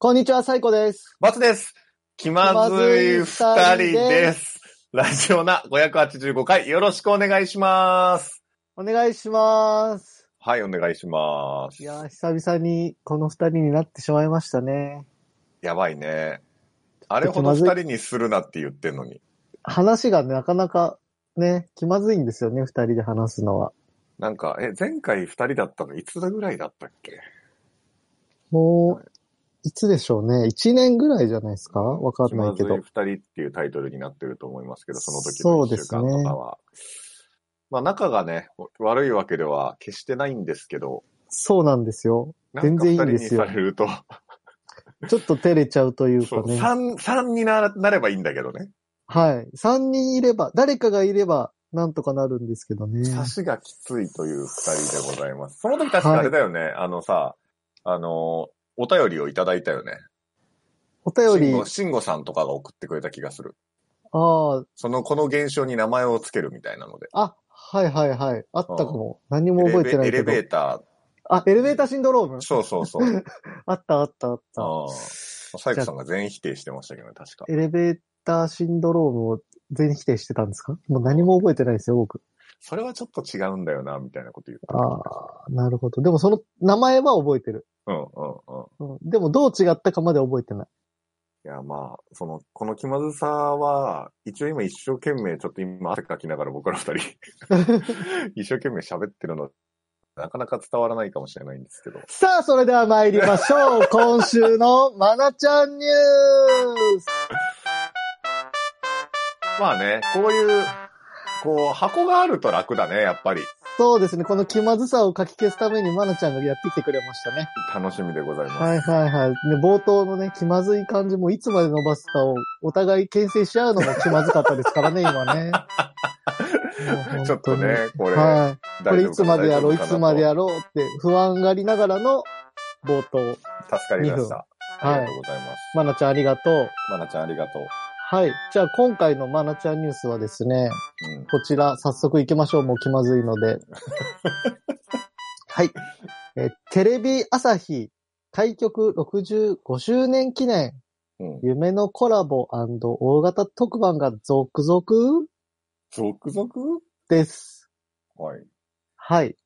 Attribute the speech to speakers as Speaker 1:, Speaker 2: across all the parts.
Speaker 1: こんにちは、サイコです。
Speaker 2: バツです。気まずい二人です。ラジオナ585回よろしくお願いします。
Speaker 1: お願いします。
Speaker 2: はい、お願いします。
Speaker 1: いやー、久々にこの二人になってしまいましたね。
Speaker 2: やばいね。あれほど二人にするなって言ってんのに。
Speaker 1: 話がね、なかなかね、気まずいんですよね、二人で話すのは。
Speaker 2: なんか、え、前回二人だったのいつだぐらいだったっけ
Speaker 1: もう、いつでしょうね。一年ぐらいじゃないですかわか
Speaker 2: 気
Speaker 1: んな
Speaker 2: ま
Speaker 1: いけ
Speaker 2: ずい
Speaker 1: ど
Speaker 2: 二。人っていうタイトルになってると思いますけど、その時の一週間とかは。まあ仲がね、悪いわけでは決してないんですけど、
Speaker 1: そうなんですよ。
Speaker 2: なんか二
Speaker 1: 全
Speaker 2: 人
Speaker 1: 然いいん
Speaker 2: に
Speaker 1: ですよ
Speaker 2: されると、
Speaker 1: ちょっと照れちゃうという
Speaker 2: そ
Speaker 1: か
Speaker 2: う、
Speaker 1: ね。
Speaker 2: 三、三にななればいいんだけどね。
Speaker 1: はい。三人いれば、誰かがいれば、なんとかなるんですけどね。
Speaker 2: 差しがきついという二人でございます。その時確かあれだよね、あのさ、あの、お便りをいただいたよね。
Speaker 1: お便
Speaker 2: 慎
Speaker 1: り
Speaker 2: 吾、慎吾さんとかが送ってくれた気がする。
Speaker 1: ああ、
Speaker 2: その、この現象に名前をつけるみたいなので。
Speaker 1: あ、はいはいはい。あったかも。何も覚えてない
Speaker 2: エ
Speaker 1: け
Speaker 2: レ
Speaker 1: ど
Speaker 2: ベエレ。ベータ
Speaker 1: あ、エレベーターシンドローム
Speaker 2: ー、そうそうそう。
Speaker 1: あったあったあった。
Speaker 2: ああサイコさんが全否定してましたけどね、確か。
Speaker 1: エレベーターシンドロームを全否定してたんですかもう何も覚えてないですよ、僕。
Speaker 2: それはちょっと違うんだよな、みたいなこと言って
Speaker 1: ああ、なるほど。でもその名前は覚えてる。
Speaker 2: うんうんうん。
Speaker 1: うん、でもどう違ったかまで覚えてない。
Speaker 2: いや、まあ、その、この気まずさは、一応今一生懸命、ちょっと今汗かきながら僕ら二人、 一生懸命喋ってるの、なかなか伝わらないかもしれないんですけど。
Speaker 1: さあ、それでは参りましょう。今週のまなちゃんニュース。
Speaker 2: まあね、こういう、こう、箱があると楽だね、やっぱり。
Speaker 1: そうですね。この気まずさをかき消すためにまなちゃんがやってきてくれましたね。
Speaker 2: 楽しみでございます。
Speaker 1: はいはいはい。ね、冒頭のね、気まずい感じもいつまで伸ばすかをお互い牽制し合うのも気まずかったですからね、今ね。もう
Speaker 2: ちょっとね、これ、
Speaker 1: はい。こ
Speaker 2: 大
Speaker 1: れ
Speaker 2: 丈
Speaker 1: い
Speaker 2: 夫
Speaker 1: つ
Speaker 2: かな
Speaker 1: までやろう、いつまで
Speaker 2: 大丈
Speaker 1: やろうって不安がりながらの冒頭。
Speaker 2: 夫かな助かりました。あり
Speaker 1: は
Speaker 2: が
Speaker 1: い
Speaker 2: とう。ございます。
Speaker 1: まなちゃんありがとう。
Speaker 2: まなちゃんありがとう。
Speaker 1: はい。じゃあ今回のまなちゃんニュースはですね、
Speaker 2: うん。
Speaker 1: こちら早速行きましょう。もう気まずいので。はい。え、テレビ朝日開局65周年記念
Speaker 2: うん、
Speaker 1: 夢のコラボ大型特番が続々
Speaker 2: 続々
Speaker 1: です。
Speaker 2: はい。
Speaker 1: はい。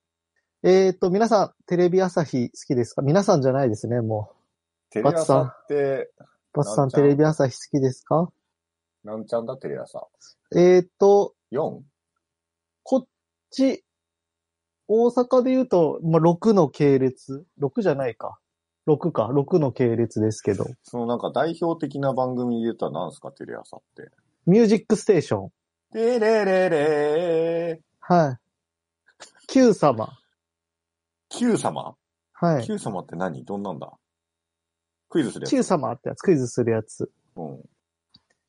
Speaker 1: えっ、と、皆さん、テレビ朝日好きですか皆さんじゃないですね、も
Speaker 2: テレ
Speaker 1: バツさん
Speaker 2: 朝って、
Speaker 1: う。バスさ、
Speaker 2: なんんちゃ
Speaker 1: テ
Speaker 2: ん
Speaker 1: レビ朝日好きですか
Speaker 2: なんちゃんだ、テレ朝。
Speaker 1: えっ、と、
Speaker 2: 4?
Speaker 1: こっち、大阪で言うと、まあ、6の系列。6じゃないか。6か。6の系列ですけど。
Speaker 2: そのなんか代表的な番組で言ったら何すか、テレ朝って。
Speaker 1: ミュージックステーション。
Speaker 2: テレレレー。
Speaker 1: はい。Q 様。
Speaker 2: Q 様
Speaker 1: はい。
Speaker 2: ?Q 様って何どんなんだクイズするやつ。
Speaker 1: Q 様ってやつ、クイズするやつ。
Speaker 2: うん。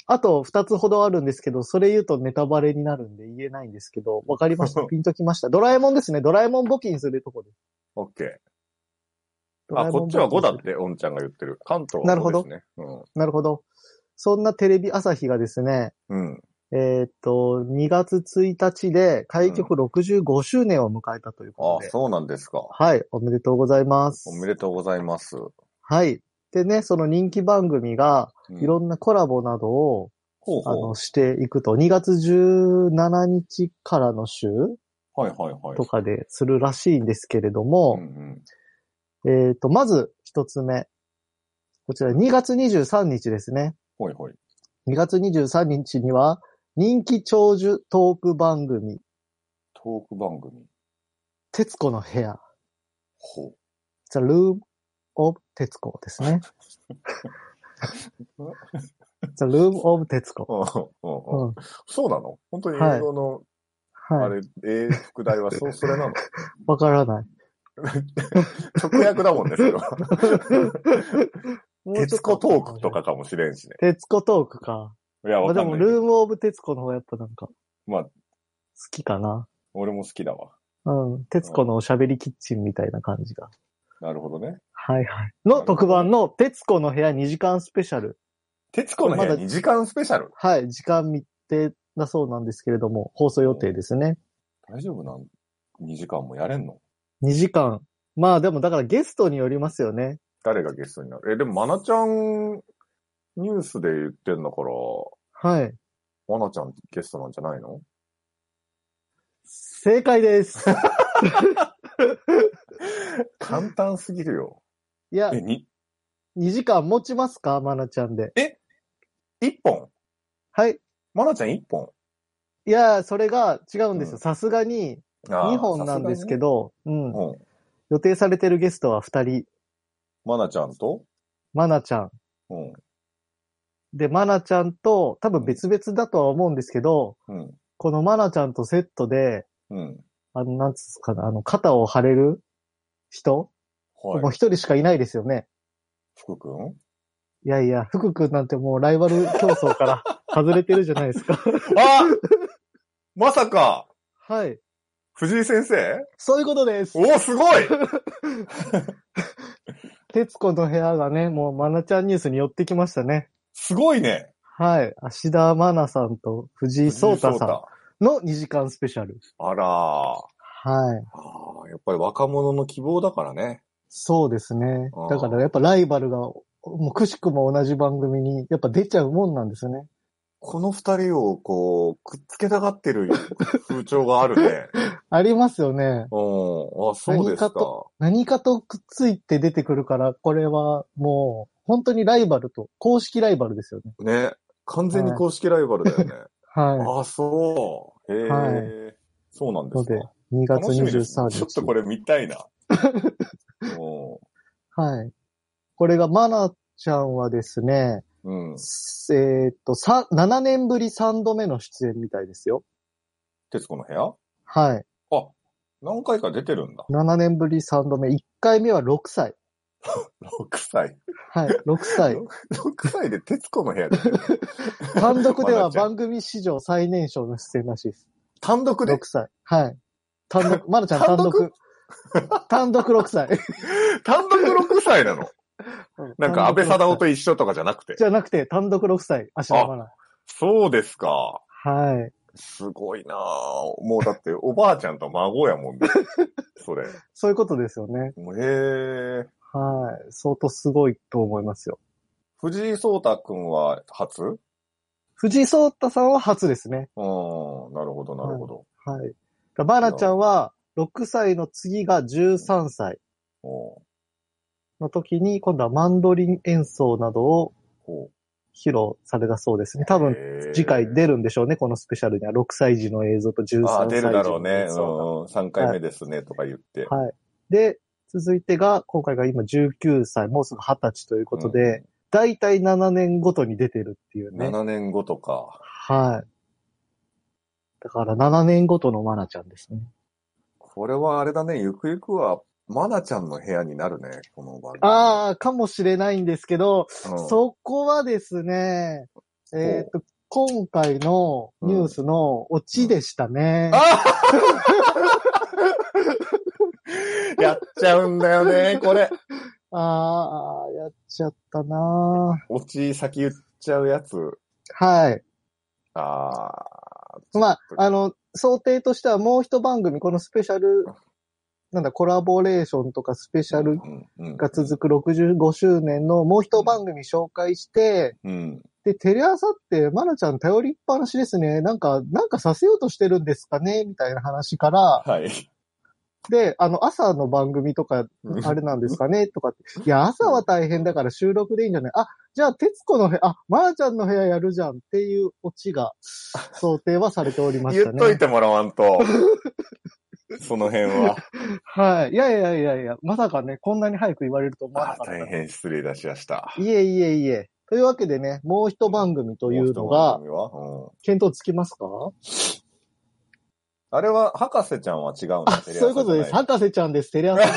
Speaker 1: あと2つほどあるんですけど、それ言うとネタバレになるんで言えないんですけど、わかりま した。ピンときました。ドラえもんですね。ドラえもん募金するとこです。
Speaker 2: オッケ
Speaker 1: ド
Speaker 2: ー。
Speaker 1: ラ
Speaker 2: あ、
Speaker 1: えもん
Speaker 2: こっちは5だ
Speaker 1: 募金す
Speaker 2: っ
Speaker 1: る
Speaker 2: て、おんちゃんが言ってる。関東
Speaker 1: な
Speaker 2: は
Speaker 1: るほど
Speaker 2: 5ですね。
Speaker 1: なるほど。そんなテレビ朝日がですね、
Speaker 2: うん。うん。
Speaker 1: えーっと、2月1日で開局65周年を迎えたという
Speaker 2: あ
Speaker 1: ことで。、
Speaker 2: そうなんですか。
Speaker 1: はい、おめでとうございます。
Speaker 2: おめでとうございます。
Speaker 1: はい。でね、その人気番組が、
Speaker 2: うん
Speaker 1: いろんなコラボなどを、
Speaker 2: ほう
Speaker 1: あ
Speaker 2: ほ
Speaker 1: の、していくと、2月17日からの週
Speaker 2: う。はいはいはい。
Speaker 1: とかでするらしいんですけれども
Speaker 2: うん、うん。
Speaker 1: えっと、まず一つ目。こちら2月23日ですね。
Speaker 2: ほいほい。
Speaker 1: 2月23日には、人気長寿トーク番組、
Speaker 2: トーク番組。
Speaker 1: 徹子の部屋、
Speaker 2: ほ
Speaker 1: The Room of 徹子ですね。The Room of 徹子。
Speaker 2: う。うんうんうん
Speaker 1: うん。
Speaker 2: そうなの本当に英語の、あ
Speaker 1: はい。
Speaker 2: れ、英副題はそう、それなの
Speaker 1: わからない。
Speaker 2: 直訳だもんですよ。
Speaker 1: もうちょっ
Speaker 2: 徹
Speaker 1: と
Speaker 2: 子トークと。かかもしれんしね。
Speaker 1: 徹子トークか。
Speaker 2: いや、
Speaker 1: まあ
Speaker 2: わ
Speaker 1: で
Speaker 2: かん
Speaker 1: も、
Speaker 2: ないけど。
Speaker 1: ルームオブ徹子の方がやっぱなんか、好
Speaker 2: まあ、
Speaker 1: きかな。
Speaker 2: 俺も好きだわ。
Speaker 1: うん。徹子のおしゃべりキッチンみたいな感じが。
Speaker 2: なるほどね。
Speaker 1: はいはい。の特番の、徹子の部屋2時間スペシャル。
Speaker 2: 徹子の部
Speaker 1: ま
Speaker 2: 屋
Speaker 1: だ
Speaker 2: 2時間スペシャル
Speaker 1: はい。時間密定だそうなんですけれども、放送予定ですね。
Speaker 2: 大丈夫なん ?2 時間もやれんの
Speaker 1: 2時間。まあでもだからゲストによりますよね。
Speaker 2: 誰がゲストになるえ、でも、まなちゃん、ニュースで言ってんだから、
Speaker 1: はい。
Speaker 2: まなちゃんゲストなんじゃないの
Speaker 1: 正解です。
Speaker 2: 簡単すぎるよ。
Speaker 1: いや、
Speaker 2: え、に、
Speaker 1: 2時間持ちますかまなちゃんで。
Speaker 2: 一本
Speaker 1: はい。
Speaker 2: まなちゃん一本
Speaker 1: いや、それが違うんです
Speaker 2: う
Speaker 1: よ。
Speaker 2: ん
Speaker 1: さすがに、
Speaker 2: あー
Speaker 1: 2本なんですけど、うん
Speaker 2: さす。がにねうん。
Speaker 1: 予定されてるゲストは2人。
Speaker 2: まなちゃんと
Speaker 1: まなちゃん。
Speaker 2: うん。
Speaker 1: で、まなちゃんと、多分別々だとは思うんですけど、
Speaker 2: うん。
Speaker 1: このまなちゃんとセットで、
Speaker 2: うん。
Speaker 1: あの、なんつうんですかね、あの、肩を張れる人、もう
Speaker 2: はい。
Speaker 1: 一人しかいないですよね。
Speaker 2: 福くん
Speaker 1: いやいや、福君なんてもうライバル競争から 外れてるじゃないですか。
Speaker 2: あ まさか
Speaker 1: はい。
Speaker 2: 藤井先生
Speaker 1: そういうことです。
Speaker 2: おーすごい
Speaker 1: 徹子の部屋がね、もうまなちゃんニュースに寄ってきましたね。
Speaker 2: すごいね
Speaker 1: はい。芦田愛菜さんと藤井聡太
Speaker 2: 藤井
Speaker 1: さんの2時間スペシャル。
Speaker 2: あらー
Speaker 1: はい。
Speaker 2: あーやっぱり若者の希望だからね。
Speaker 1: そうですね
Speaker 2: あー。
Speaker 1: だからやっぱライバルが、もうくしくも同じ番組にやっぱ出ちゃうもんなんですよね。
Speaker 2: この二人をこう、くっつけたがってる風潮があるね。
Speaker 1: ありますよね。
Speaker 2: うん。あ、そうです
Speaker 1: 何か
Speaker 2: か。
Speaker 1: 何かとくっついて出てくるから、これはもう本当にライバルと、公式ライバルですよね。
Speaker 2: ね。完全に公式ライバルだよね。
Speaker 1: は
Speaker 2: あ、そう。へえ、
Speaker 1: は
Speaker 2: そうなん
Speaker 1: い。
Speaker 2: で
Speaker 1: の
Speaker 2: すか
Speaker 1: で。、2月
Speaker 2: 楽しみですね
Speaker 1: 23日。
Speaker 2: ちょっとこれ見たいな。お
Speaker 1: はい。これが、マナちゃんはですね、
Speaker 2: うん。
Speaker 1: すえーっと、さ、7年ぶり3度目の出演みたいですよ。
Speaker 2: 徹子の部屋
Speaker 1: はい。
Speaker 2: あ、何回か出て るんだ。
Speaker 1: 7年ぶり3度目。1回目は6歳。
Speaker 2: 6歳。
Speaker 1: はい。6歳。
Speaker 2: 6歳で徹子の部屋で。
Speaker 1: 単独で
Speaker 2: マ
Speaker 1: は
Speaker 2: ナちゃん
Speaker 1: 番組史上最年少の出演らしいです。
Speaker 2: 単独
Speaker 1: 6
Speaker 2: で、
Speaker 1: 歳。はい。単独、マナちゃん単独。単独6歳。
Speaker 2: 単独6歳なの。 なんか安倍貞夫と一緒とかじゃなくて。
Speaker 1: じゃなくて、単独6歳、芦田愛菜。
Speaker 2: そうですか。
Speaker 1: はい。
Speaker 2: すごいなぁ。もうだ っておばあちゃんと孫やもんね。それ。
Speaker 1: そういうことですよね。
Speaker 2: もうへえ。
Speaker 1: はい。相当すごいと思いますよ。
Speaker 2: 藤井聡太くんは初うん。
Speaker 1: 藤井聡太さんは初ですね。
Speaker 2: なるほど、なるほど。
Speaker 1: はい。だバナちゃんは、6歳の次が13歳
Speaker 2: おう
Speaker 1: の時に、今度はマンドリン演奏などを
Speaker 2: おう
Speaker 1: 披露されたそうですね。多分、
Speaker 2: 分
Speaker 1: 次回出るんでしょうね、このスペシャルには。6歳児の映像と13
Speaker 2: ああ、
Speaker 1: 歳児の
Speaker 2: 出
Speaker 1: 映像
Speaker 2: る
Speaker 1: が。
Speaker 2: だろうね。うんうん。3回目ですね、とか言って。
Speaker 1: はい。で、続いてが、今回が今19歳、もうすぐ20歳ということで、だいたい7年ごとに出てるっていうね。
Speaker 2: 7年後とか。
Speaker 1: はい。だから7年ごとのマナちゃんですね。
Speaker 2: これはあれだね、ゆくゆくは、まなちゃんの部屋になるね、この番組。
Speaker 1: ああ、かもしれないんですけど、
Speaker 2: うん
Speaker 1: そこはですね、えっ、と、今回のニュースのオチでしたね。
Speaker 2: あ やっちゃうんだよね、これ。
Speaker 1: ああ、やっちゃったな
Speaker 2: 落ち先言っちゃうやつ。
Speaker 1: ーはい。
Speaker 2: ああ。
Speaker 1: まあ、あの、想定としてはもう一番組、このスペシャル、なんだ、コラボレーションとかスペシャル
Speaker 2: うん
Speaker 1: が続く65周年のもう一番組紹介して、
Speaker 2: うん。
Speaker 1: で、テレ朝って、まなちゃん頼りっぱなしですね。なんか、なんかさせようとしてるんですかねみたいな話から、
Speaker 2: はい。
Speaker 1: で、あの、朝の番組とか、あれなんですかねとかって。いや、朝は大変だから収録でいいんじゃないあ、じゃあ、徹子の部屋、あ、まなちゃんの部屋やるじゃんっていうオチが、想定はされておりまし
Speaker 2: 言
Speaker 1: た
Speaker 2: っ
Speaker 1: ね。
Speaker 2: といてもらわん と。その辺は。
Speaker 1: はい。いやいやいやいや、まさかね、こんなに早く言われると思わ
Speaker 2: あ
Speaker 1: なか
Speaker 2: ー
Speaker 1: った。
Speaker 2: 大変失礼いたしました。
Speaker 1: いえいえいえ。というわけでね、もう一番組というのが
Speaker 2: もう、一番組はうん
Speaker 1: 検討つきますか
Speaker 2: あれは、博士ちゃんは違うんだ
Speaker 1: あ、そういうことです。。博士ちゃんです。テレ朝 で。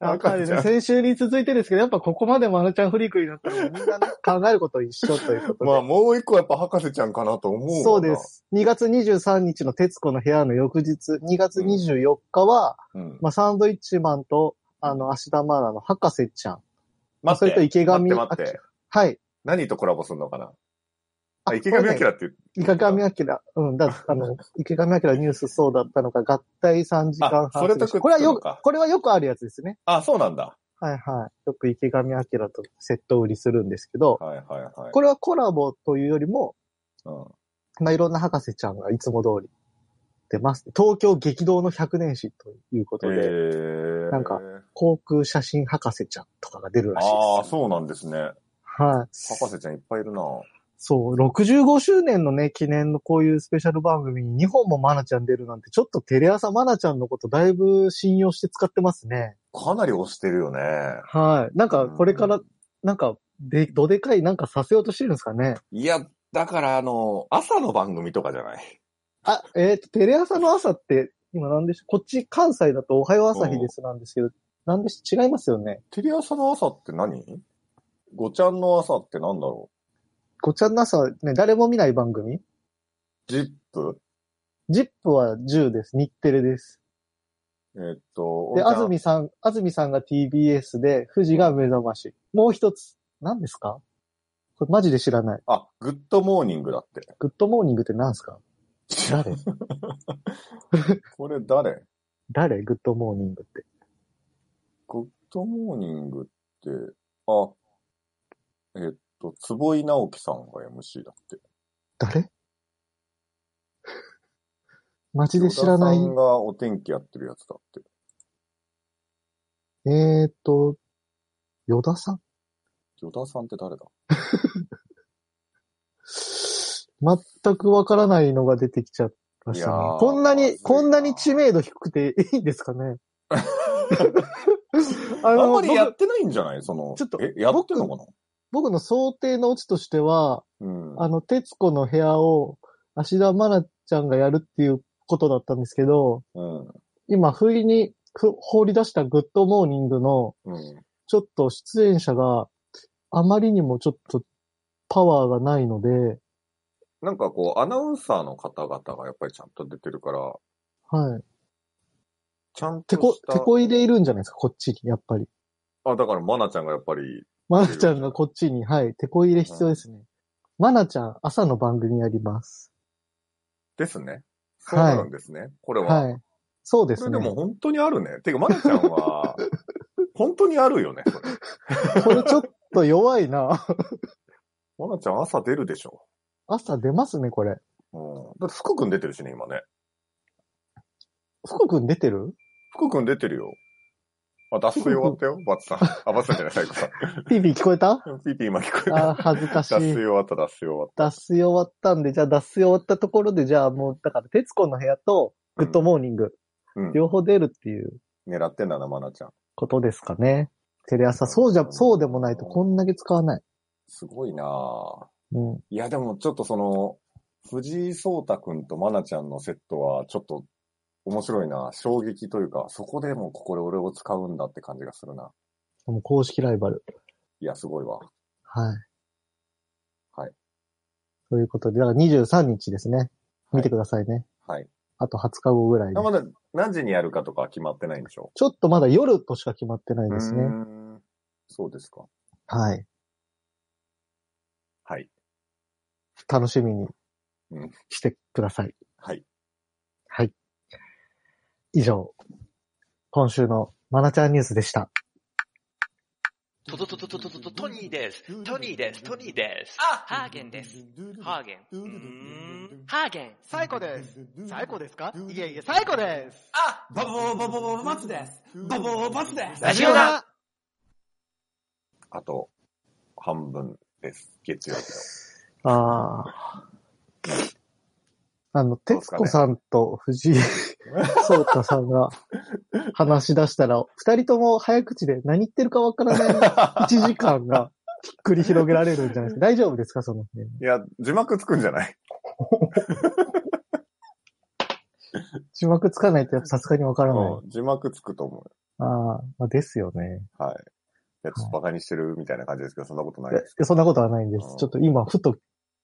Speaker 1: やっぱり
Speaker 2: 博士ちゃ
Speaker 1: ね、
Speaker 2: ん
Speaker 1: 先週に続いてですけど、やっぱここまでマナちゃんフリークになったら、みんなね、考えること一緒ということで。
Speaker 2: まあ、もう一個やっぱ博士ちゃんかなと思うわな
Speaker 1: そうで。す。2月23日の徹子の部屋の翌日、2月24日は、
Speaker 2: うん。
Speaker 1: まあ、サンドイッチマンと、あの、芦田愛菜の博士ちゃん。
Speaker 2: ま
Speaker 1: それと池上
Speaker 2: 待って待って。
Speaker 1: はい。
Speaker 2: 何とコラボするのかなあ、池上
Speaker 1: これね
Speaker 2: 彰っていう。
Speaker 1: 池上彰、うん、だ、あの、池上彰ニュースそうだったのか、合体3時間
Speaker 2: あ
Speaker 1: 半
Speaker 2: それとくっつくのか
Speaker 1: これはよく、これはよくあるやつですね。
Speaker 2: あ、そうなんだ。
Speaker 1: はいはい。よく池上彰とセット売りするんですけど、
Speaker 2: はいはいはい。
Speaker 1: これはコラボというよりも、
Speaker 2: うん、
Speaker 1: まあ、いろんな博士ちゃんがいつも通り出ます。東京激動の100年史ということで、
Speaker 2: えー、
Speaker 1: なんか航空写真博士ちゃんとかが出るらしい
Speaker 2: ああ、
Speaker 1: です。
Speaker 2: そうなんですね。
Speaker 1: はい。
Speaker 2: 博士ちゃんいっぱいいるな。
Speaker 1: そう、65周年のね、記念のこういうスペシャル番組に2本もマナちゃん出るなんて、ちょっとテレ朝マナちゃんのことだいぶ信用して使ってますね。
Speaker 2: かなり押してるよね。
Speaker 1: はい。なんか、これから
Speaker 2: うん、
Speaker 1: なんか、で、どでかいなんかさせようとしてるんですかね。
Speaker 2: いや、だからあの、朝の番組とかじゃない。
Speaker 1: あ、えっ、と、テレ朝の朝って、今何でしょこっち関西だとおはよう朝日ですなんですけど、なんでし違いますよね。
Speaker 2: テレ朝の朝って何ごちゃんの朝ってなんだろ
Speaker 1: ごちゃんな朝、ね、誰も見ない番組
Speaker 2: うジップ
Speaker 1: ジップは10です。日テレです。
Speaker 2: えーっと、
Speaker 1: で、
Speaker 2: おんちゃ
Speaker 1: 安
Speaker 2: ん
Speaker 1: 住さん、安住さんが TBS で、富士が目覚まし。もう一つ、何ですかこれマジで知らない。
Speaker 2: あ、グッドモーニングだって。
Speaker 1: グッドモーニングって何ですか知らねえ
Speaker 2: これ誰
Speaker 1: 誰グッドモーニングって。
Speaker 2: グッドモーニングって、あ、えーっと、坪井直樹さんが MC だって。
Speaker 1: 誰 マジで知らない
Speaker 2: 与田。さんがお天気やってるやつだって。
Speaker 1: えーっと、ヨダさん
Speaker 2: 与田さんって誰だ
Speaker 1: 全くわからないのが出てきちゃいましたね
Speaker 2: いやー。
Speaker 1: こんな
Speaker 2: まずい
Speaker 1: に、
Speaker 2: な
Speaker 1: こんなに知名度低くていいんですか ねあ
Speaker 2: あんまりや
Speaker 1: 僕
Speaker 2: ってないんじゃないその、
Speaker 1: ちょっと
Speaker 2: え、やってんのかな
Speaker 1: 僕の想定のオチとしては、
Speaker 2: うん。
Speaker 1: あの、徹子の部屋を、芦田愛菜ちゃんがやるっていうことだったんですけど、
Speaker 2: うん。
Speaker 1: 今、不意にふ放り出したグッドモーニングの、
Speaker 2: うん。
Speaker 1: ちょっと出演者があまりにもちょっとパワーがないので、
Speaker 2: なんかこう、アナウンサーの方々がやっぱりちゃんと出てるから、
Speaker 1: はい。
Speaker 2: ちゃん
Speaker 1: て
Speaker 2: と
Speaker 1: こ
Speaker 2: し、た。
Speaker 1: てこ入れいるんじゃないですか、こっちに、やっぱり。
Speaker 2: あ、だから、マナちゃんがやっぱり、
Speaker 1: 愛菜ちゃんがこっちに、はい、てこ入れ必要ですね。愛菜ちゃん、朝の番組やります。
Speaker 2: ですね。そうなんですね。これは。
Speaker 1: はい。そうで
Speaker 2: こ
Speaker 1: す
Speaker 2: れで
Speaker 1: ね。
Speaker 2: も本当にあるね。てか、マナちゃん は、本当にあるよね。そ
Speaker 1: これ
Speaker 2: れ
Speaker 1: ちょっと弱いな。
Speaker 2: マナちゃん朝出るでしょ。
Speaker 1: 朝出ますね、これ。
Speaker 2: うん。だって、福君出てるしね、今ね。
Speaker 1: 福君出てる
Speaker 2: 福君出てるよ。あ、脱水終 わったよ、バツさん。あ、バツさんじゃない、サイコさん。
Speaker 1: ピーピー聞こえた
Speaker 2: ピーピー今聞こえ た。
Speaker 1: あー恥ずかし
Speaker 2: 脱水
Speaker 1: い。
Speaker 2: 終わった、脱水終わっ
Speaker 1: 脱水終わったんで、じゃあ脱水終わったところで、じゃあもう、だから、徹子の部屋と、グッドモーニング、
Speaker 2: た。うん。
Speaker 1: 両方出るっていう
Speaker 2: 狙ってんだな、マナちゃん。
Speaker 1: ことですかね。テレ朝、そうじゃ、そうでもないとこんだけ使わない。
Speaker 2: すごいなぁ。
Speaker 1: うん。
Speaker 2: いや、でもちょっとその、藤井聡太くんとマナちゃんのセットは、ちょっと面白いな衝撃というか、そこでもうここで俺を使うんだって感じがするな。
Speaker 1: もう公式ライバル。
Speaker 2: いや、すごいわ。
Speaker 1: はい。
Speaker 2: はい。
Speaker 1: ということで、だから23日ですね。見てくださいね。
Speaker 2: はい。
Speaker 1: あと20日後ぐらいに
Speaker 2: まだ何時にやるかとかは決まってないんでしょ
Speaker 1: ちょっとまだ夜としか決まってないうです
Speaker 2: うー
Speaker 1: ね。
Speaker 2: んそうですか。
Speaker 1: はい。
Speaker 2: はい。
Speaker 1: 楽しみに
Speaker 2: うん
Speaker 1: してください。
Speaker 2: はい。
Speaker 1: はい。以上、今週のマナちゃんニュースでした。
Speaker 3: トトトトトトトトニーです。トニーです。トニーです。
Speaker 4: あ
Speaker 3: ハーゲンです。。ハーゲン。うーん。ハーゲン。
Speaker 4: 最高です。最高ですかいえいえ、
Speaker 5: 最高です。
Speaker 4: あバボーバボーバツです。バボーバツです。
Speaker 3: ラジオだ
Speaker 2: あと、半分です。月曜日
Speaker 1: ああ。あの、
Speaker 2: どう
Speaker 1: 徹
Speaker 2: ですかね
Speaker 1: 子さんと 藤井聡太さんが話し出したら、二人とも早口で何言ってるかわからない
Speaker 2: の。
Speaker 1: 1時間が繰り広げられるんじゃないですか。大丈夫ですかその辺。
Speaker 2: いや、字幕つくんじゃない
Speaker 1: 字幕つかないとやっぱさすがにわからない。
Speaker 2: うん字幕つくと思う。
Speaker 1: ああ、まあ、ですよね。
Speaker 2: はい。いや、ちょっとバカにしてるみたいな感じですけど、そんなことないです。
Speaker 1: えそんなことはないんで
Speaker 2: う
Speaker 1: す
Speaker 2: ん。
Speaker 1: ちょっと今、ふと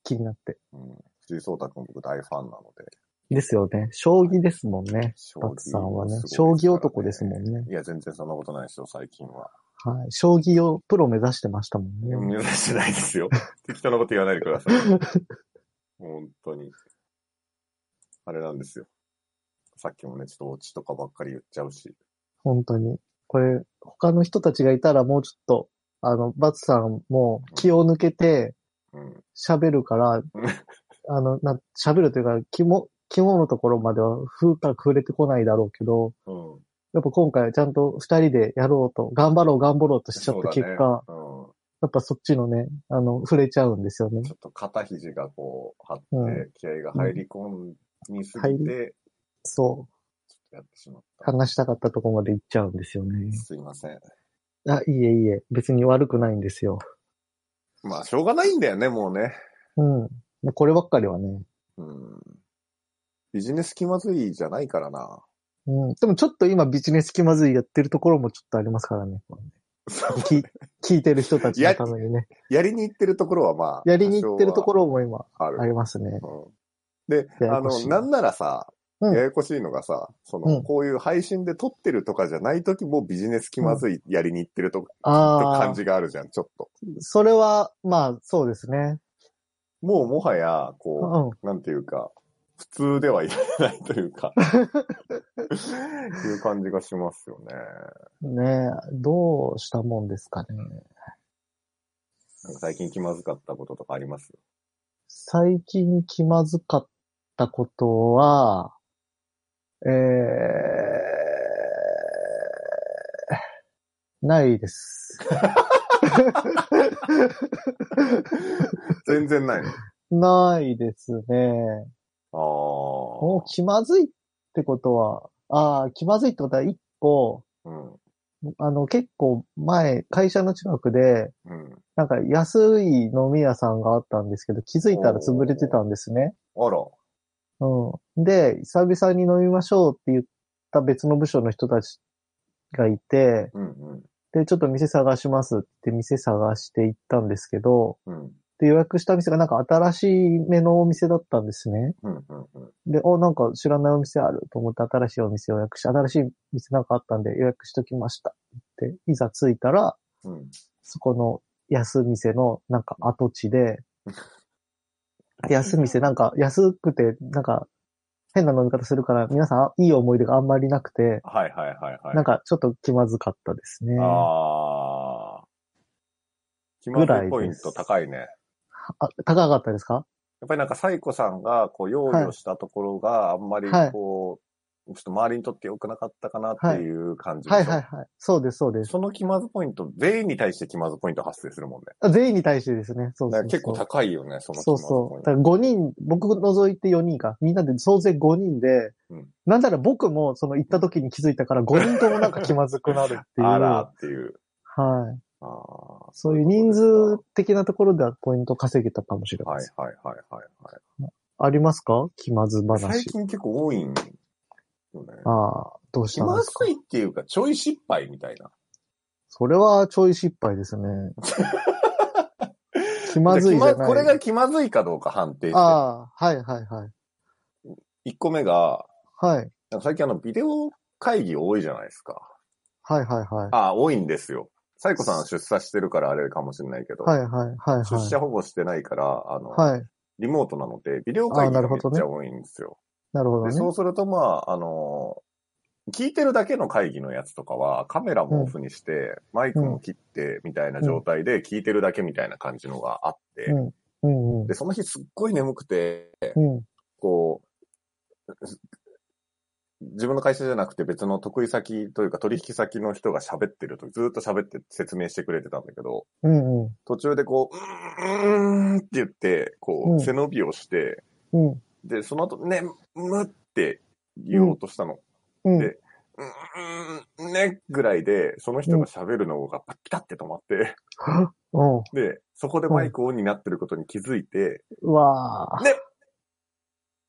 Speaker 1: 気になって。
Speaker 2: うん。藤井聡太君僕大ファンなので。
Speaker 1: ですよね。将棋ですもんね。
Speaker 2: 将
Speaker 1: バツさんはね。
Speaker 2: す
Speaker 1: 将
Speaker 2: ごい
Speaker 1: 棋
Speaker 2: ら
Speaker 1: 男ですもんね。
Speaker 2: いや、全然そんなことないですよ、最近は。
Speaker 1: はい。将棋をプロ目指してましたもん
Speaker 2: いや
Speaker 1: ね。
Speaker 2: 目指してないですよ。適当なこと言わないでください。本当に。あれなんですよ。さっきもね、ちょっとオチとかばっかり言っちゃうし。
Speaker 1: 本当に。これ、他の人たちがいたらもうちょっと、あの、バツさんも気を抜けて
Speaker 2: うん。
Speaker 1: 喋る から、あの、な喋るというか、肝、肝のところまでは風から触れてこないだろうけど、
Speaker 2: うん。
Speaker 1: やっぱ今回はちゃんと二人でやろうと、頑張ろう頑張ろうとしちゃ
Speaker 2: そ
Speaker 1: っ
Speaker 2: う
Speaker 1: た
Speaker 2: だ
Speaker 1: 結
Speaker 2: ね。うん。ち
Speaker 1: 果、
Speaker 2: ょ
Speaker 1: やっぱそっちのね、あの、触れちゃうんですよね。
Speaker 2: っと肩肘がこう、張って、
Speaker 1: う
Speaker 2: 気合が入り込みすぎて、
Speaker 1: そう。
Speaker 2: ちょっとやってしまった。
Speaker 1: 話したかったところまで行っちゃうんですよね。
Speaker 2: すいません。
Speaker 1: あ、いいえいいえ。別に悪くないんですよ。
Speaker 2: まあ、しょうがないんだよね、もうね。
Speaker 1: うん。もうこればっかりはね。
Speaker 2: うん。ビジネス気まずいじゃないからな。
Speaker 1: うん。でもちょっと今ビジネス気まずいやってるところもちょっとありますからね。き聞いてる人たちのためにね。
Speaker 2: やりに行ってるところはまあ。
Speaker 1: やりに行ってるとこ
Speaker 2: ろ
Speaker 1: ろも今
Speaker 2: ある
Speaker 1: あ。りますね。
Speaker 2: うんで、
Speaker 1: や
Speaker 2: あ
Speaker 1: やこし
Speaker 2: の、
Speaker 1: い
Speaker 2: なんならさ、
Speaker 1: うん
Speaker 2: ややこしいのがさ、その、
Speaker 1: うん
Speaker 2: こういう配信で撮ってるとかじゃない時もビジネス気まずいやりに行ってると、
Speaker 1: あ
Speaker 2: 感
Speaker 1: あ、
Speaker 2: じがあるじゃん、ちょっと。
Speaker 1: それは、まあそうですね。
Speaker 2: もうもはや、
Speaker 1: う
Speaker 2: こ
Speaker 1: ん。
Speaker 2: う、なんていうか、普通ではいられないという か、いう感じがしますよね。
Speaker 1: ねえ、どうしたもんですかね。
Speaker 2: なんか最近気まずかったこととかあります
Speaker 1: 最近気まずかったことは、えー、ないです。
Speaker 2: 全然ないの。
Speaker 1: ないですね。も
Speaker 2: あ
Speaker 1: う気まずいってことは、ああ、気まずいってことは一個、
Speaker 2: あ。うん。
Speaker 1: あの結構前、会社の近くで、
Speaker 2: うん。
Speaker 1: なんか安い飲み屋さんがあったんですけど、気づいたら潰れてたんですね。
Speaker 2: あら。
Speaker 1: うん。で、久々に飲みましょうって言った別の部署の人たちがいて、
Speaker 2: うんうん。
Speaker 1: で、ちょっと店探しますって店探して行ったんですけど、
Speaker 2: うん。
Speaker 1: で、予約した店がなんか新しい目のお店だったんですね。
Speaker 2: うんうんうん。
Speaker 1: で、お、なんか知らないお店あると思って新しいお店を予約し、新しい店なんかあったんで予約しときましたって、いざ着いたら、
Speaker 2: うん。
Speaker 1: そこの安店のなんか跡地で、安店なんか安くて、なんか変な飲み方するから皆さんいい思い出があんまりなくて、
Speaker 2: はいはいはいはい
Speaker 1: なん。かちょっと気まずかったですね。
Speaker 2: ああ。気ま
Speaker 1: ぐら
Speaker 2: ず
Speaker 1: いです
Speaker 2: いポイント高いね。や
Speaker 1: あ高かったですか
Speaker 2: っぱりなんかサイコさんがこう用意をしたところがあんまり
Speaker 1: はい
Speaker 2: こう、ちょっと周りにとって良くなかったかなっていう感じでし
Speaker 1: は
Speaker 2: ょ
Speaker 1: いはいはい。そうです、そうです。
Speaker 2: その気まずポイント、全員に対して気まずポイント発生するもんね。
Speaker 1: あ全員に対してですね。そう
Speaker 2: だ
Speaker 1: そ
Speaker 2: か
Speaker 1: う
Speaker 2: ら結構
Speaker 1: そう
Speaker 2: 高いよね、その気
Speaker 1: そ
Speaker 2: ま
Speaker 1: う
Speaker 2: ずポ
Speaker 1: そ
Speaker 2: イン
Speaker 1: う。だ。
Speaker 2: ト
Speaker 1: から5人、僕除いて4人か。みんなで総勢5人で、
Speaker 2: うん
Speaker 1: なんなら僕もその行った時に気づいたから5人ともなんか気まずくなるっていう。
Speaker 2: あらっていう。
Speaker 1: はい。
Speaker 2: あー
Speaker 1: そういう人数的なところではポイント稼げたかもしれない
Speaker 2: はい
Speaker 1: です。
Speaker 2: はいはいはい
Speaker 1: ありますか気まず
Speaker 2: はい。最
Speaker 1: 話。
Speaker 2: 近結構多いんよね。
Speaker 1: ああ、どうし
Speaker 2: 気
Speaker 1: たん
Speaker 2: ま
Speaker 1: ですか
Speaker 2: ずいっていうか、ちょい失敗みたいな。
Speaker 1: それはちょい失敗 ですね。気まずいじゃな
Speaker 2: 気ま
Speaker 1: い。
Speaker 2: これが気まずいかどうか判定して
Speaker 1: ああ、はいはいはい。
Speaker 2: 一個目が、
Speaker 1: はい。
Speaker 2: なんか最近あの、ビデオ会議多いじゃないですか。
Speaker 1: はいはいはい。
Speaker 2: ああ、多いんですよ。サイコさん出社してるからあれかもしれないけど、
Speaker 1: はいはいはい
Speaker 2: 出
Speaker 1: は
Speaker 2: 社ほぼしてないから、あの、
Speaker 1: い。はい。
Speaker 2: リモートなので、ビデオ会議
Speaker 1: ああなる
Speaker 2: がめ
Speaker 1: ほど
Speaker 2: っ
Speaker 1: ね
Speaker 2: ちゃ多いんですよ。
Speaker 1: なるほど
Speaker 2: で、
Speaker 1: ね。
Speaker 2: そうすると、まあ、あの、聞いてるだけの会議のやつとかは、カメラもオフにして、マイクも切って、みたいな状態で、聞いてるだけみたいな感じのがあって、
Speaker 1: うん。うんうん
Speaker 2: で、その日すっごい眠くて、
Speaker 1: うん。
Speaker 2: こう、自分の会社じゃなくて別の得意先というか取引先の人が喋ってると、ずーっと喋って説明してくれてたんだけど、
Speaker 1: うんうん。
Speaker 2: 途中でこう、うーんって言って、
Speaker 1: う
Speaker 2: こ
Speaker 1: ん
Speaker 2: う、背伸びをして、
Speaker 1: うん。
Speaker 2: で、その後、ね、むって言おうとしたの。
Speaker 1: うん。
Speaker 2: でうーん、ね、ぐらいで、その人が喋るのがピタって止まって、
Speaker 1: うん。
Speaker 2: で、そこでマイクオンになってることに気づいて、
Speaker 1: うわー。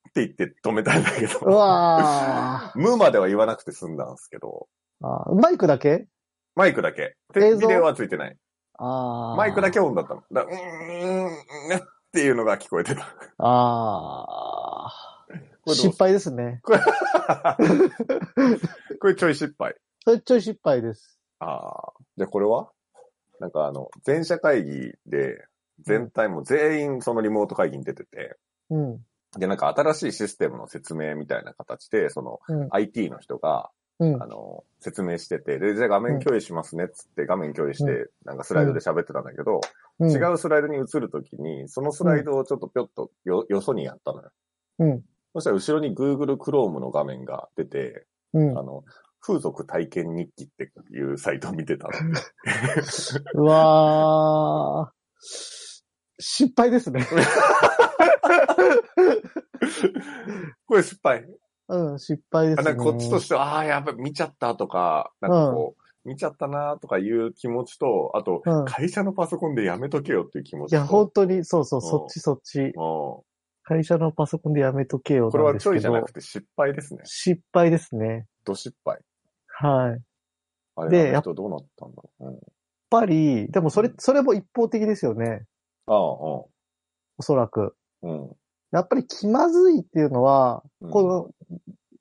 Speaker 2: って言って止めたんだけ
Speaker 1: う
Speaker 2: ど、
Speaker 1: わ
Speaker 2: むまでは言わなくて済んだんですけど、
Speaker 1: ー。あーマイクだけ
Speaker 2: マイクだけ。
Speaker 1: 映
Speaker 2: で、
Speaker 1: 像
Speaker 2: ビデオはついてない。
Speaker 1: ああ。
Speaker 2: マイクだけオンだったの。だうーん、ねっていうのが聞こえて た。
Speaker 1: あ
Speaker 2: こ
Speaker 1: あ。
Speaker 2: れどう
Speaker 1: 失敗ですね。
Speaker 2: これちょい失敗。
Speaker 1: それちょい失敗です。
Speaker 2: ああ。じゃあこれはなんかあの、全社会議で、全体も全員そのリモート会議に出てて、
Speaker 1: うん。
Speaker 2: で、なんか新しいシステムの説明みたいな形で、その
Speaker 1: うん
Speaker 2: IT の人が、
Speaker 1: うん
Speaker 2: あ。の、説明してて、で、じゃあ画面共有しますねっつって画面共有して、なんかスライドで喋ってたんだけど、
Speaker 1: うん
Speaker 2: 違。うスライドに移るときに、そのスライドをちょっとぴょっとよ、よそにやったのよ。
Speaker 1: うん。
Speaker 2: そしたら後ろに Google Chrome の画面が出て、
Speaker 1: うん
Speaker 2: あ。の、風俗体験日記っていうサイトを見てたの。
Speaker 1: うわー。失敗です ね。
Speaker 2: これ失敗。
Speaker 1: うん、失敗で
Speaker 2: あ
Speaker 1: す
Speaker 2: なん
Speaker 1: ね。
Speaker 2: かこっちとしては、ああー、やっぱ見ちゃったとか、なんかこう、見ちゃったなとかいう気持ちと、あと、
Speaker 1: うん
Speaker 2: 会社のパソコンでやめとけよっていう気持
Speaker 1: い
Speaker 2: ちと。
Speaker 1: や、本当に、そうそう、
Speaker 2: うん
Speaker 1: そっちそっち。
Speaker 2: も
Speaker 1: 会社のパソコンでやめとけよ
Speaker 2: うこれ
Speaker 1: な
Speaker 2: は
Speaker 1: んで
Speaker 2: ち
Speaker 1: す
Speaker 2: ょ
Speaker 1: け
Speaker 2: いじゃ
Speaker 1: ど
Speaker 2: なくて失敗ですね。
Speaker 1: 失敗ですね。
Speaker 2: ど失敗。
Speaker 1: はい。やっ
Speaker 2: あれ、
Speaker 1: で
Speaker 2: あの人どうなったんだろう。うん。
Speaker 1: ぱり、でもそれ、それも一方的ですよね。
Speaker 2: あ
Speaker 1: おそらく。
Speaker 2: あ、うん。うん。
Speaker 1: やっぱり気まずいっていうのは、
Speaker 2: うん
Speaker 1: この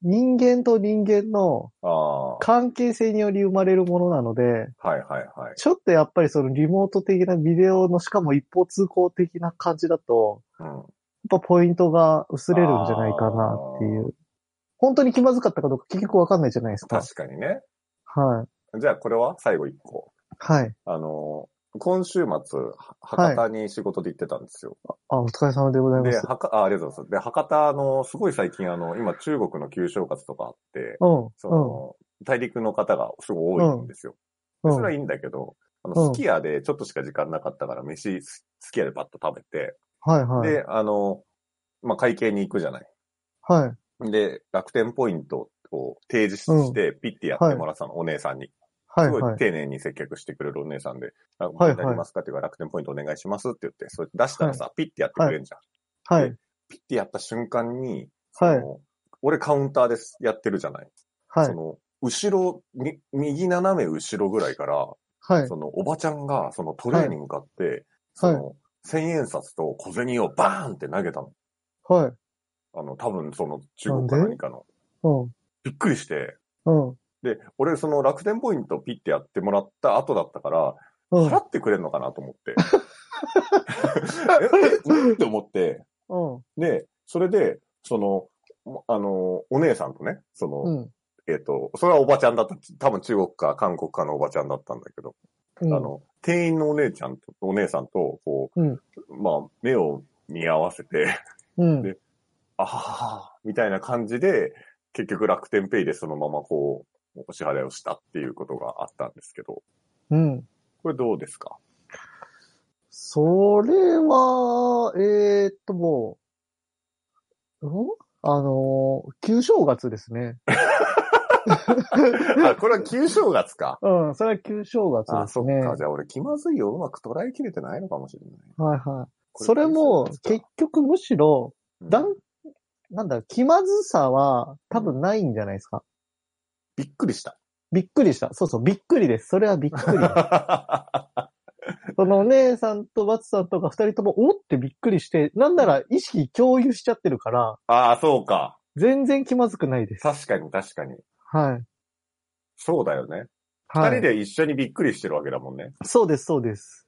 Speaker 1: 人間と人間の
Speaker 2: ああ、は
Speaker 1: 関係性により生まれるものなので、
Speaker 2: いはいはい。
Speaker 1: ちょっとやっぱりそのリモート的なビデオのしかも一方通行的な感じだと、
Speaker 2: うん。
Speaker 1: やっぱポイントが薄れるんじゃないかなっていう。本当に気まずかったかどうか結局わかんないじゃないですか。
Speaker 2: 確かにね。
Speaker 1: はい。
Speaker 2: じゃあこれは最後一個。
Speaker 1: はい。
Speaker 2: あの、今週末、は博多に仕事で行ってたんですよ。
Speaker 1: あ、お疲れ様でございま
Speaker 2: で、
Speaker 1: す。
Speaker 2: はかあ、ありがとうございます。で、博多の、すごい最近あの、今中国の旧正月とかあって、
Speaker 1: うん。うん。
Speaker 2: その、大陸の方がすごい多いんですよ。
Speaker 1: う
Speaker 2: で
Speaker 1: ん
Speaker 2: それはいいんだけど、あ
Speaker 1: うん
Speaker 2: の、すき家でちょっとしか時間なかったから、飯、すすき家でパッと食べて、
Speaker 1: はいはい。
Speaker 2: で、あの、まあ、会計に行くじゃない。
Speaker 1: はい。
Speaker 2: で、楽天ポイントを提示して、ピッてやってもらったの、お姉さんに。
Speaker 1: はい
Speaker 2: すご
Speaker 1: はいい。
Speaker 2: 丁寧に接客してくれるお姉さんで、あ
Speaker 1: はいはい
Speaker 2: 何になりますかっていうから楽天ポイントお願いしますって言って、それ出したらさ、ピッてやってくれるじゃん。
Speaker 1: はい。
Speaker 2: ピッてやった瞬間に、
Speaker 1: はい
Speaker 2: そ。の俺カウンターです、やってるじゃない。
Speaker 1: はい
Speaker 2: そ。の、後ろ、み右斜め後ろぐらいから、
Speaker 1: はい。
Speaker 2: そのおばちゃんが、そのトレーに向かって、その、千円札と小銭をバーンって投げたの。
Speaker 1: はい。
Speaker 2: あの、多分その中国か何かの。
Speaker 1: うん。
Speaker 2: びっくりして。
Speaker 1: うん。
Speaker 2: で、俺その楽天ポイントピッてやってもらった後だったから、
Speaker 1: うん。
Speaker 2: 払ってくれるのかなと 思って。えええって思って。
Speaker 1: うん。
Speaker 2: で、それで、その、あの、お姉さんとね、その、
Speaker 1: うん。
Speaker 2: えっ、と、それはおばちゃんだった。多分中国か韓国かのおばちゃんだったんだけど、
Speaker 1: うん
Speaker 2: あ、の、店員のお姉ちゃんと、お姉さんと、こう、
Speaker 1: うん
Speaker 2: まあ、目を見合わせて、
Speaker 1: うん。
Speaker 2: であはは、みたいな感じで、結局楽天ペイでそのままこう、お支払いをしたっていうことがあったんですけど、
Speaker 1: うん。
Speaker 2: これどうですか
Speaker 1: それは、えーっと、もう、うんあのー旧正月ですね。
Speaker 2: あ、これは旧正月か。
Speaker 1: うん、それは旧正月
Speaker 2: あ、
Speaker 1: です
Speaker 2: そっ
Speaker 1: ね。
Speaker 2: か。じゃあ俺気まずいをうまく捉えきれてないのかもしれない。
Speaker 1: はいはい。
Speaker 2: こ
Speaker 1: それも、
Speaker 2: 旧正
Speaker 1: 結局むしろ、
Speaker 2: 月
Speaker 1: だ
Speaker 2: うん
Speaker 1: ん、なんだ、気まずさは多分ないんじゃないですか。
Speaker 2: びっくりした。
Speaker 1: びっくりした。そうそう、びっくりです。それはびっくり。そのお姉さんとバツさんとか二人とも、おってびっくりして、なんなら意識共有しちゃってるから、
Speaker 2: ああ、そうか。
Speaker 1: 全然気まずくないです。
Speaker 2: 確かに確かに。
Speaker 1: はい。
Speaker 2: そうだよね。二、
Speaker 1: はい。
Speaker 2: 人で一緒にびっくりしてるわけだもんね。
Speaker 1: そうです、そうです。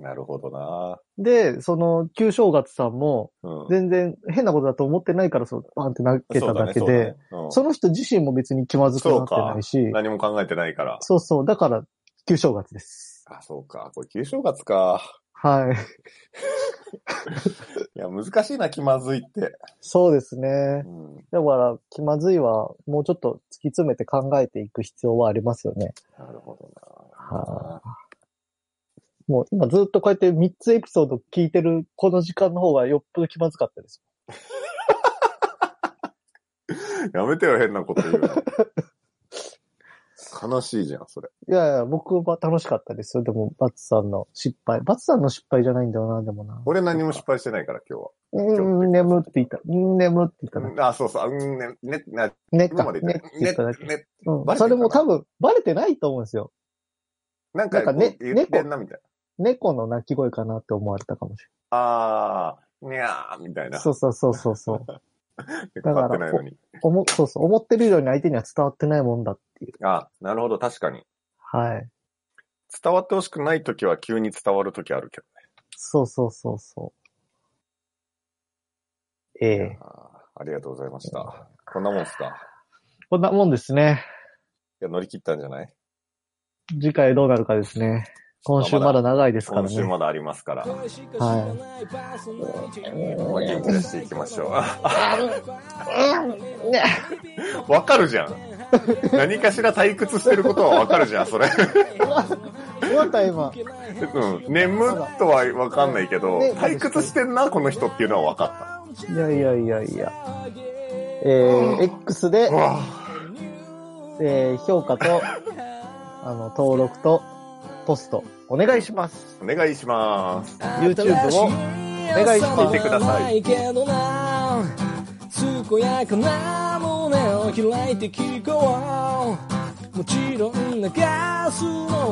Speaker 2: なるほどな
Speaker 1: で、その、旧正月さんも、
Speaker 2: うん。
Speaker 1: 全然変なことだと思ってないから、そう、バンって投げ
Speaker 2: そ
Speaker 1: た
Speaker 2: うだ
Speaker 1: だ
Speaker 2: ね
Speaker 1: けで、
Speaker 2: そう
Speaker 1: そ
Speaker 2: だねうん
Speaker 1: の人自身も別に気まずくなってないし、
Speaker 2: 何も考えてないから。
Speaker 1: そうそう、だから、旧正月です。
Speaker 2: あ、そうか。これ旧正月か。
Speaker 1: はい。
Speaker 2: いや、難しいな、気まずいって。
Speaker 1: そうですね。
Speaker 2: うん。
Speaker 1: だから、気まずいは、もうちょっと突き詰めて考えていく必要はありますよね。
Speaker 2: なるほどな
Speaker 1: はもう今ずっとこうやって3つエピソード聞いてるこの時間の方がよっぽど気まずかったです。
Speaker 2: やめてよ、変なこと言う の。悲しいじゃん、それ。
Speaker 1: いやいや、僕は楽しかったですよ。でも、バツさんの失敗。バツさんの失敗じゃないんだよな、でもな。
Speaker 2: 俺何も失敗してないから、今日
Speaker 1: うん、眠っていた。うん、眠っていただ
Speaker 2: は
Speaker 1: け。。
Speaker 2: うんあ、そうそう。うん、ね、ね、な
Speaker 1: ねっ
Speaker 2: 今
Speaker 1: か
Speaker 2: ま。で言っ
Speaker 1: ね
Speaker 2: た
Speaker 1: って言っただけ。
Speaker 2: ね、ね、
Speaker 1: うん。
Speaker 2: バレ
Speaker 1: そ
Speaker 2: てるかな
Speaker 1: れも多分、バレてないと思うんですよ。
Speaker 2: なんか
Speaker 1: なんかね
Speaker 2: こう言ってんな、みたい
Speaker 1: 猫の鳴き声かなって思われたかもし
Speaker 2: な。あー、にゃー、みたい
Speaker 1: れな
Speaker 2: な。
Speaker 1: い。そうそうそうそうそう。
Speaker 2: 結構変わってないのに。
Speaker 1: おも、そうそう。思ってる以上に相手には伝わってないもんだっていう。
Speaker 2: あ、なるほど、確かに。
Speaker 1: はい。
Speaker 2: 伝わってほしくないときは急に伝わるときあるけどね。
Speaker 1: そうそうそうそう。え
Speaker 2: いやー
Speaker 1: え
Speaker 2: ありがとうございました。こんなもんすか。い
Speaker 1: こんなもんですね。
Speaker 2: や、乗り切ったんじゃない
Speaker 1: 次回どうなるかですね。今週まだ長いですから
Speaker 2: 今週
Speaker 1: ね。
Speaker 2: まだありますから。
Speaker 5: はい。
Speaker 2: まあ、元気出していきましょう。あ
Speaker 1: うんね
Speaker 2: わかるじゃ ん。何かしら退屈してることはわかるじゃん、それ。
Speaker 1: 終わった今。
Speaker 2: うん。眠とはわかんないけど、退屈してんな、この人っていうのはわか
Speaker 1: いやいやいやいや。えー、X で
Speaker 2: った。う、わぁ
Speaker 1: えー評価と、あの、登録と、ポスト、お願いします。
Speaker 2: お願いします。
Speaker 1: YouTube を、お願いします。
Speaker 2: てください
Speaker 5: 健やかな胸を開いて聞こうもちろん流すの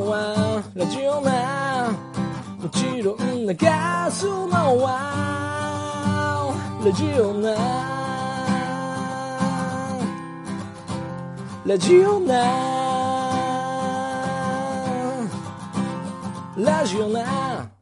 Speaker 5: はラジオなもちろん流すのはラジオなラジオなラジオな